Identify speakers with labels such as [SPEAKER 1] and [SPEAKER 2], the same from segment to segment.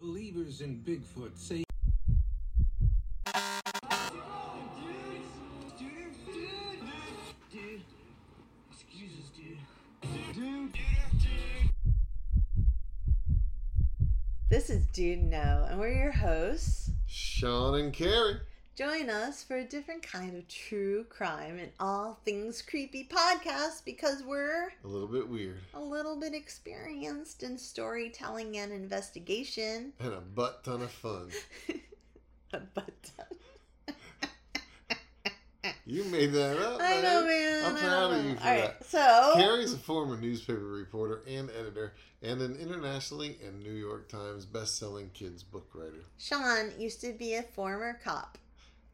[SPEAKER 1] Believers in Bigfoot say.
[SPEAKER 2] This is Dude No, and we're your hosts.
[SPEAKER 3] Sean and Carrie.
[SPEAKER 2] Join us for a different kind of true crime and all things creepy podcast because we're
[SPEAKER 3] A little bit weird.
[SPEAKER 2] a little bit experienced in storytelling and investigation.
[SPEAKER 3] And a butt ton of fun.
[SPEAKER 2] but
[SPEAKER 3] You made that up.
[SPEAKER 2] I know, man.
[SPEAKER 3] I'm
[SPEAKER 2] I
[SPEAKER 3] proud
[SPEAKER 2] know.
[SPEAKER 3] of you for
[SPEAKER 2] All right, Oh.
[SPEAKER 3] that.
[SPEAKER 2] so
[SPEAKER 3] Carrie's a former newspaper reporter and editor, and an internationally and New York Times best-selling kids book writer.
[SPEAKER 2] Sean used to be a former cop.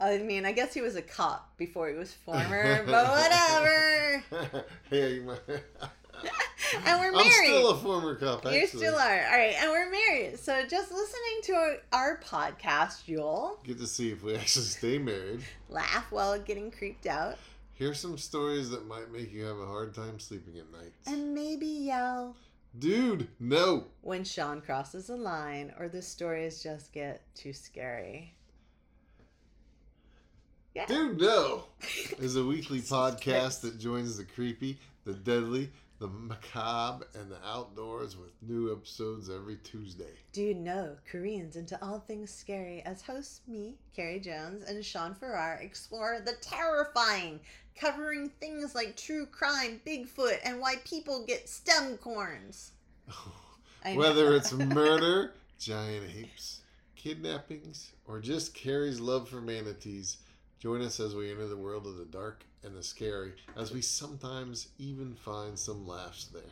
[SPEAKER 2] I mean, I guess he was a cop before he was former, but whatever.
[SPEAKER 3] yeah, you might.
[SPEAKER 2] And we're
[SPEAKER 3] I'm
[SPEAKER 2] married.
[SPEAKER 3] still a former cop. Actually.
[SPEAKER 2] You still are. All right. And we're married. So just listening to our, our podcast, you'll
[SPEAKER 3] Get to see if we actually stay married.
[SPEAKER 2] laugh while getting creeped out
[SPEAKER 3] Here's some stories that might make you have a hard time sleeping at night.
[SPEAKER 2] and maybe yell
[SPEAKER 3] Dude, no.
[SPEAKER 2] when Sean crosses a line or the stories just get too scary. Yeah.
[SPEAKER 3] Dude, no. is a weekly podcast that joins the creepy, the deadly, the macabre, and the outdoors with new episodes every Tuesday.
[SPEAKER 2] Do you know Koreans into all things scary? As hosts, me, Carrie Jones, and Sean Farrar explore the terrifying, covering things like true crime, Bigfoot, and why people get stem corns. I know.
[SPEAKER 3] Whether it's murder, giant apes, kidnappings, or just Carrie's love for manatees, join us as we enter the world of the dark and the scary, as we sometimes even find some laughs there.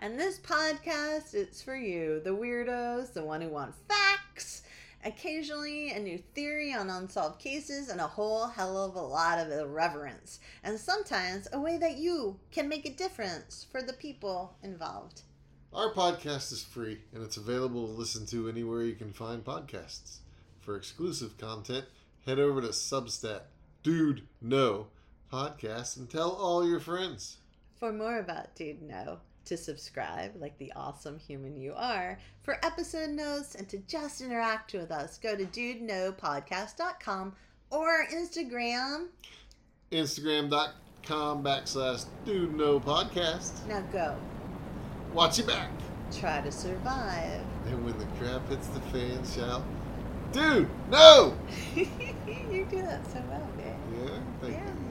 [SPEAKER 2] And this podcast, it's for you, the weirdos, the one who want facts, occasionally a new theory on unsolved cases, and a whole hell of a lot of irreverence. And sometimes a way that you can make a difference for the people involved.
[SPEAKER 3] Our podcast is free and it's available to listen to anywhere you can find podcasts. For exclusive content, head over to Substat, Dude No Podcast, and tell all your friends.
[SPEAKER 2] For more about Dude No, to subscribe, like the awesome human you are, for episode notes and to just interact with us, go to dudenopodcast.com or Instagram.
[SPEAKER 3] Instagram.com backslash Dude No Podcast.
[SPEAKER 2] Now go,
[SPEAKER 3] Watch your back.
[SPEAKER 2] try to survive.
[SPEAKER 3] And when the crap hits the fan, shout, Dude No!
[SPEAKER 2] you do that so well, babe.
[SPEAKER 3] Yeah, thank
[SPEAKER 2] Yeah.
[SPEAKER 3] you.